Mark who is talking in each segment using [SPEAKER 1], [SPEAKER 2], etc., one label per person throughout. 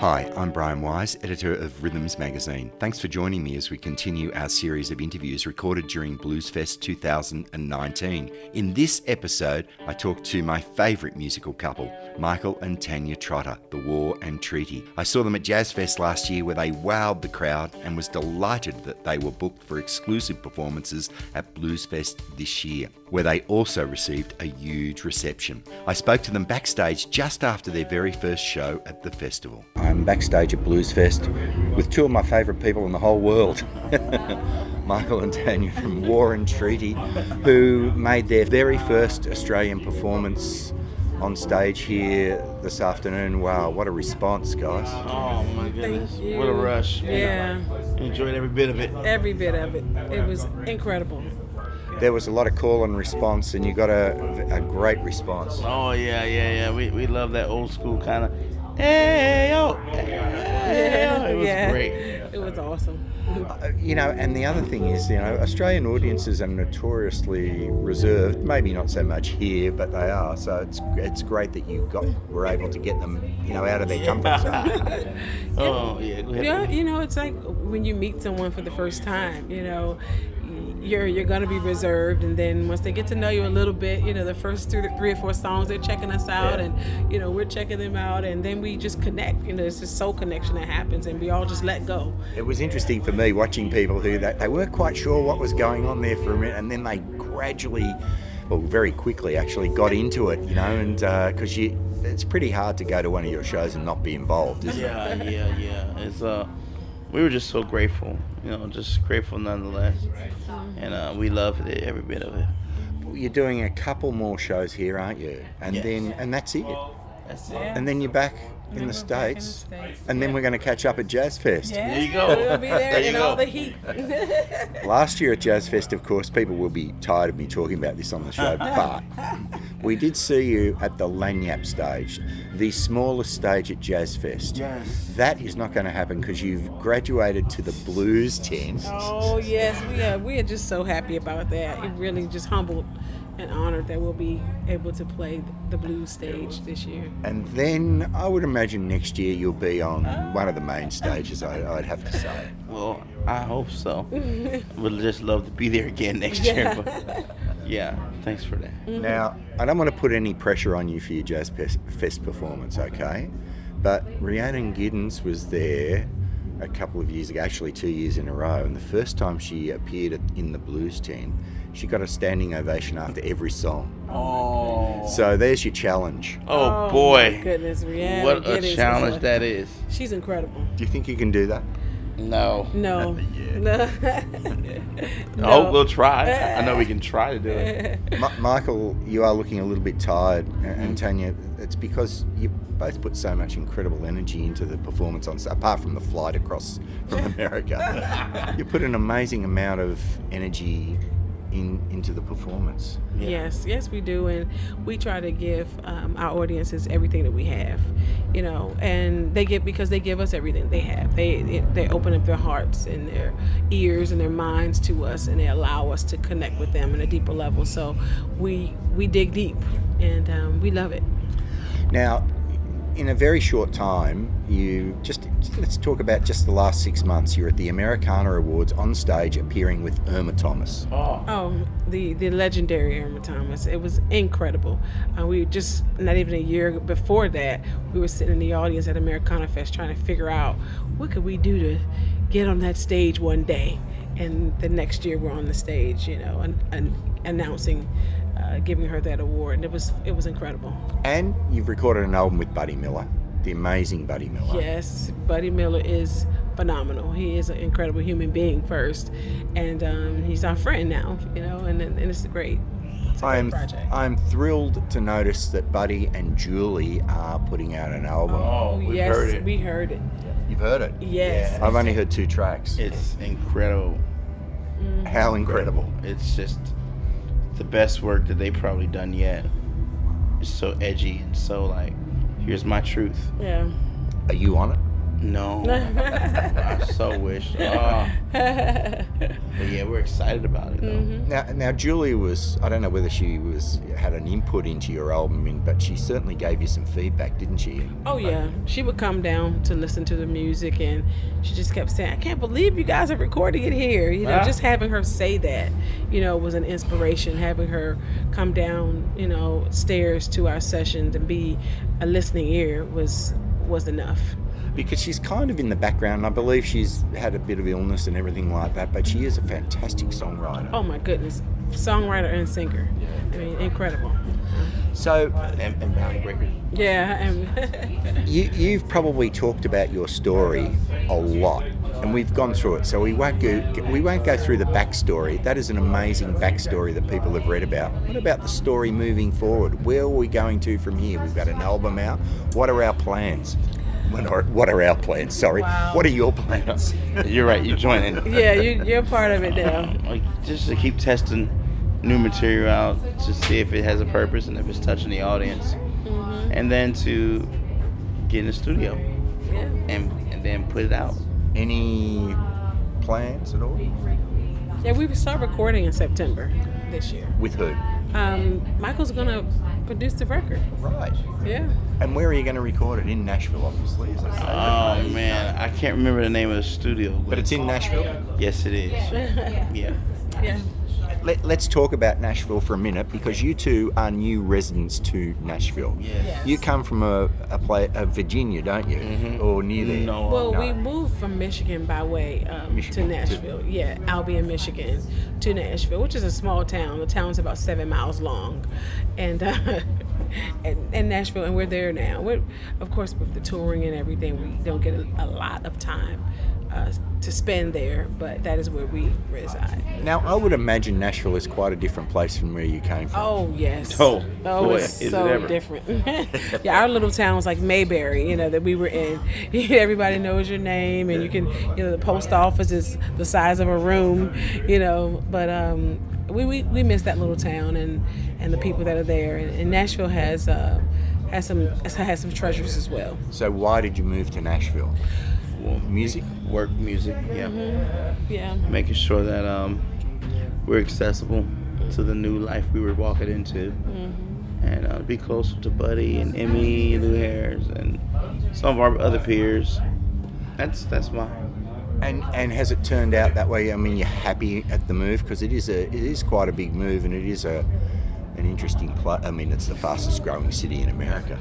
[SPEAKER 1] Hi, I'm Brian Wise, editor of Rhythms Magazine. Thanks for joining me as we continue our series of interviews recorded during Bluesfest 2019. In this episode, I talk to my favourite musical couple, Michael and Tanya Trotter, The War and Treaty. I saw them at Jazz Fest last year where they wowed the crowd and was delighted that they were booked for exclusive performances at Bluesfest this year, where they also received a huge reception. I spoke to them backstage just after their very first show at the festival. I'm backstage at Bluesfest with two of my favourite people in the whole world, Michael and Tanya from War and Treaty, who made their very first Australian performance on stage here this afternoon. Wow, what a response, guys!
[SPEAKER 2] Oh my goodness!
[SPEAKER 3] you.
[SPEAKER 2] What a rush!
[SPEAKER 3] Yeah.
[SPEAKER 2] Enjoyed every bit of it.
[SPEAKER 3] Every bit of it. It was incredible.
[SPEAKER 1] There was a lot of call and response, and you got a, a great response.
[SPEAKER 2] Oh yeah, yeah, yeah. We, we love that old school kind of. Hey yo, hey, yo. It was
[SPEAKER 3] Yeah.
[SPEAKER 2] great.
[SPEAKER 3] It was awesome.
[SPEAKER 1] Uh, you know, and the other thing is, you know, Australian audiences are notoriously reserved. Maybe not so much here, but they are. So it's it's great that you got were able to get them, you know, out of their comfort zone.
[SPEAKER 2] Oh yeah. Go ahead.
[SPEAKER 3] Yeah, you know, it's like when you meet someone for the first time, you know, you're you're gonna be reserved, and then once they get to know you a little bit, you know, the first three, three or four songs they're checking us out, and you know we're checking them out, and then we just connect. You know, it's just soul connection that happens, and we all just let go.
[SPEAKER 1] it was interesting for me watching people who they, they weren't quite sure what was going on there for a minute, and then they gradually, well, very quickly actually got into it, you know, and because you, it's pretty hard to go to one of your shows and not be involved, isn't it?
[SPEAKER 2] Yeah, yeah, yeah. It's uh, we were just so grateful. You know, just grateful nonetheless. And uh, we loved it, every bit of it.
[SPEAKER 1] You're doing a couple more shows here, aren't you? And
[SPEAKER 2] Yes.
[SPEAKER 1] then and that's it.
[SPEAKER 2] That's it.
[SPEAKER 1] and then you're back in
[SPEAKER 3] we're
[SPEAKER 1] the
[SPEAKER 3] back
[SPEAKER 1] States,
[SPEAKER 3] in the States,
[SPEAKER 1] and then we're going to catch up at Jazz Fest.
[SPEAKER 3] Yeah,
[SPEAKER 2] you go.
[SPEAKER 3] We'll be there,
[SPEAKER 2] There you
[SPEAKER 3] in all
[SPEAKER 2] go.
[SPEAKER 3] the heat.
[SPEAKER 1] Last year at Jazz Fest, of course, people will be tired of me talking about this on the show, but we did see you at the Lanyap stage, the smallest stage at Jazz Fest.
[SPEAKER 2] Yes.
[SPEAKER 1] That is not going to happen because you've graduated to the blues tent.
[SPEAKER 3] Oh yes, we are. We are just so happy about that. It really just humbled and honored that we'll be able to play the blues stage this year.
[SPEAKER 1] And then I would imagine next year you'll be on one of the main stages, I, I'd have to say.
[SPEAKER 2] Well, I hope so. Would just love to be there again next year. But yeah, thanks for that.
[SPEAKER 1] Now, I don't want to put any pressure on you for your Jazz Fest Fest performance, okay? But Rhiannon Giddens was there a couple of years ago, actually two years in a row, and the first time she appeared at- in the blues tent, she got a standing ovation after every song.
[SPEAKER 2] Oh.
[SPEAKER 1] So there's your challenge.
[SPEAKER 2] Oh
[SPEAKER 3] my
[SPEAKER 2] boy.
[SPEAKER 3] goodness, Rihanna!
[SPEAKER 2] What
[SPEAKER 3] Giddens
[SPEAKER 2] a
[SPEAKER 3] is
[SPEAKER 2] challenge
[SPEAKER 3] a-
[SPEAKER 2] that is.
[SPEAKER 3] She's incredible.
[SPEAKER 1] Do you think you can do that?
[SPEAKER 2] No.
[SPEAKER 3] No,
[SPEAKER 1] Yeah.
[SPEAKER 3] no.
[SPEAKER 2] I hope Oh, we'll try. I know we can try to do it.
[SPEAKER 1] Mi- Michael, you are looking a little bit tired, a- and Tanya, it's because you both put so much incredible energy into the performance on, s- apart from the flight across from America. you put an amazing amount of energy in into the performance.
[SPEAKER 3] Yes, yes, we do, and we try to give um, our audiences everything that we have, you know, and they get because they give us everything they have. They they open up their hearts and their ears and their minds to us, and they allow us to connect with them on a deeper level. So we we dig deep, and um, we love it.
[SPEAKER 1] Now, in a very short time, you just let's talk about just the last six months. You're at the Americana Awards on stage, appearing with Irma Thomas.
[SPEAKER 2] Oh.
[SPEAKER 3] Oh, the the legendary Irma Thomas. It was incredible. Uh, we were just not even a year before that, we were sitting in the audience at Americana Fest trying to figure out what could we do to get on that stage one day, and the next year we're on the stage, you know, and, and announcing, uh, giving her that award, and it was it was incredible.
[SPEAKER 1] And you've recorded an album with Buddy Miller, the amazing Buddy Miller.
[SPEAKER 3] Yes, Buddy Miller is phenomenal. He is an incredible human being first, and um, he's our friend now, you know, and and it's great. It's a great
[SPEAKER 1] I'm
[SPEAKER 3] project.
[SPEAKER 1] I'm thrilled to notice that Buddy and Julie are putting out an album.
[SPEAKER 2] Oh, we've
[SPEAKER 3] yes,
[SPEAKER 2] heard it.
[SPEAKER 3] we heard it.
[SPEAKER 1] You've heard it?
[SPEAKER 3] Yes.
[SPEAKER 1] I've only heard two tracks.
[SPEAKER 2] It's incredible.
[SPEAKER 1] How incredible!
[SPEAKER 2] It's just the best work that they probably done yet. It's so edgy and so like, here's my truth.
[SPEAKER 3] Yeah.
[SPEAKER 1] Are you on it?
[SPEAKER 2] No. I so wish. Oh. But yeah, we're excited about it. Though.
[SPEAKER 3] Mm-hmm.
[SPEAKER 1] Now, now Julia was, I don't know whether she was had an input into your album, in, but she certainly gave you some feedback, didn't she?
[SPEAKER 3] Oh yeah, she would come down to listen to the music, and she just kept saying, "I can't believe you guys are recording it here." You know,
[SPEAKER 2] Ah.
[SPEAKER 3] just having her say that, you know, was an inspiration. Having her come down, you know, stairs to our sessions and be a listening ear was was enough.
[SPEAKER 1] Because she's kind of in the background. I believe she's had a bit of illness and everything like that, but she is a fantastic songwriter.
[SPEAKER 3] Oh my goodness, songwriter and singer. I mean, incredible.
[SPEAKER 1] So
[SPEAKER 2] And, and Groundbreaker.
[SPEAKER 3] Yeah, and
[SPEAKER 1] You, you've probably talked about your story a lot, and we've gone through it, so we won't go. We won't go through the backstory. That is an amazing backstory that people have read about. What about the story moving forward? Where are we going to from here? We've got an album out. What are our plans? What are, what are our plans? Sorry.
[SPEAKER 3] Wow.
[SPEAKER 1] What are your plans?
[SPEAKER 2] You're right. You join it.
[SPEAKER 3] yeah, you, you're part of it now.
[SPEAKER 2] Like just to keep testing new material out to see if it has a purpose and if it's touching the audience, and then to get in the studio
[SPEAKER 3] Yeah.
[SPEAKER 2] and and then put it out.
[SPEAKER 1] Any plans at all?
[SPEAKER 3] Yeah, we start recording in September this year.
[SPEAKER 1] With who?
[SPEAKER 3] Um, Michael's gonna produce the record.
[SPEAKER 1] Right.
[SPEAKER 3] Yeah.
[SPEAKER 1] And where are you going to record it? In Nashville, obviously. As I say.
[SPEAKER 2] Oh man, I can't remember the name of the studio,
[SPEAKER 1] but it's in Nashville.
[SPEAKER 2] yes, it is.
[SPEAKER 3] yeah.
[SPEAKER 2] Yeah.
[SPEAKER 1] Let, let's talk about Nashville for a minute because you two are new residents to Nashville.
[SPEAKER 2] Yes.
[SPEAKER 1] You come from a, a place of Virginia, don't you? Or near there?
[SPEAKER 2] No.
[SPEAKER 3] Well,
[SPEAKER 1] No.
[SPEAKER 3] we moved from Michigan by way um, to
[SPEAKER 1] Michigan, to-
[SPEAKER 3] Nashville. Yeah, Albion, Michigan, to Nashville, which is a small town. The town's about seven miles long, and uh, and, and Nashville, and we're there now. We're, of course, with the touring and everything, we don't get a, a lot of time uh, to spend there, but that is where we reside.
[SPEAKER 1] Now, I would imagine Nashville is quite a different place from where you came from.
[SPEAKER 3] Oh yes.
[SPEAKER 2] Oh,
[SPEAKER 3] oh,
[SPEAKER 2] boy,
[SPEAKER 3] it's
[SPEAKER 2] is it
[SPEAKER 3] so
[SPEAKER 2] ever.
[SPEAKER 3] different. yeah, our little towns like Mayberry, you know, that we were in. Everybody knows your name, and you can, you know, the post office is the size of a room, you know. But um, we, we we miss that little town and and the people that are there. And, and Nashville has uh, has some has some treasures as well.
[SPEAKER 1] So, why did you move to Nashville?
[SPEAKER 2] Well,
[SPEAKER 1] Music?
[SPEAKER 2] work music. Yeah.
[SPEAKER 3] Yeah.
[SPEAKER 2] making sure that um, we're accessible to the new life we were walking into, and uh, be closer to Buddy and Emmy, Lou Harris, and some of our other peers. That's that's my
[SPEAKER 1] And and has it turned out that way? I mean, you're happy at the move because it is a it is quite a big move and it is a an interesting place. I mean, it's the fastest growing city in America.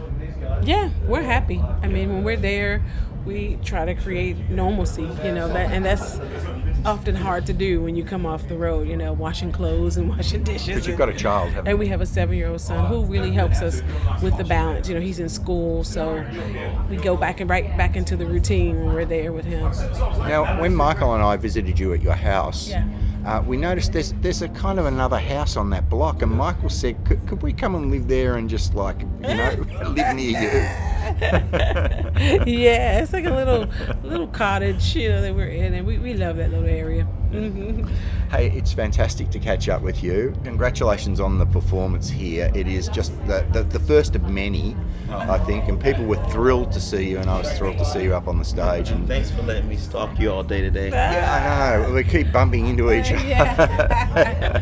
[SPEAKER 3] Yeah, we're happy. I mean, when we're there, we try to create normalcy, you know, that, and that's often hard to do when you come off the road, you know, washing clothes and washing dishes.
[SPEAKER 1] But you've
[SPEAKER 3] and-
[SPEAKER 1] got a child, haven't you?
[SPEAKER 3] and we have a seven-year-old son who really helps us with the balance. You know, he's in school, so we go back and right back into the routine when we're there with him.
[SPEAKER 1] Now, when Michael and I visited you at your house,
[SPEAKER 3] Yeah.
[SPEAKER 1] uh, we noticed there's there's a kind of another house on that block, and Michael said, could, "Could we come and live there and just like you know live near you?"
[SPEAKER 3] yeah, it's like a little little cottage, you know, that we're in, and we, we love that little area. hmm
[SPEAKER 1] Hey, it's fantastic to catch up with you. Congratulations on the performance here. It is just the the, the first of many, I think, and people were thrilled to see you, and I was thrilled to see you up on the stage. And
[SPEAKER 2] thanks for letting me stalk you all day today.
[SPEAKER 1] yeah, I know we keep bumping into each other.
[SPEAKER 3] Yeah.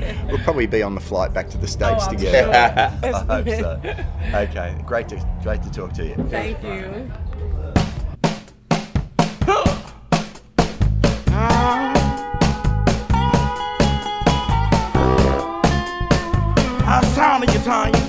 [SPEAKER 1] We'll probably be on the flight back to the states
[SPEAKER 3] Oh, I'm
[SPEAKER 1] together.
[SPEAKER 3] sure.
[SPEAKER 1] I hope so. Okay, great to great to talk to you.
[SPEAKER 3] Thank you.
[SPEAKER 2] I sound of your time,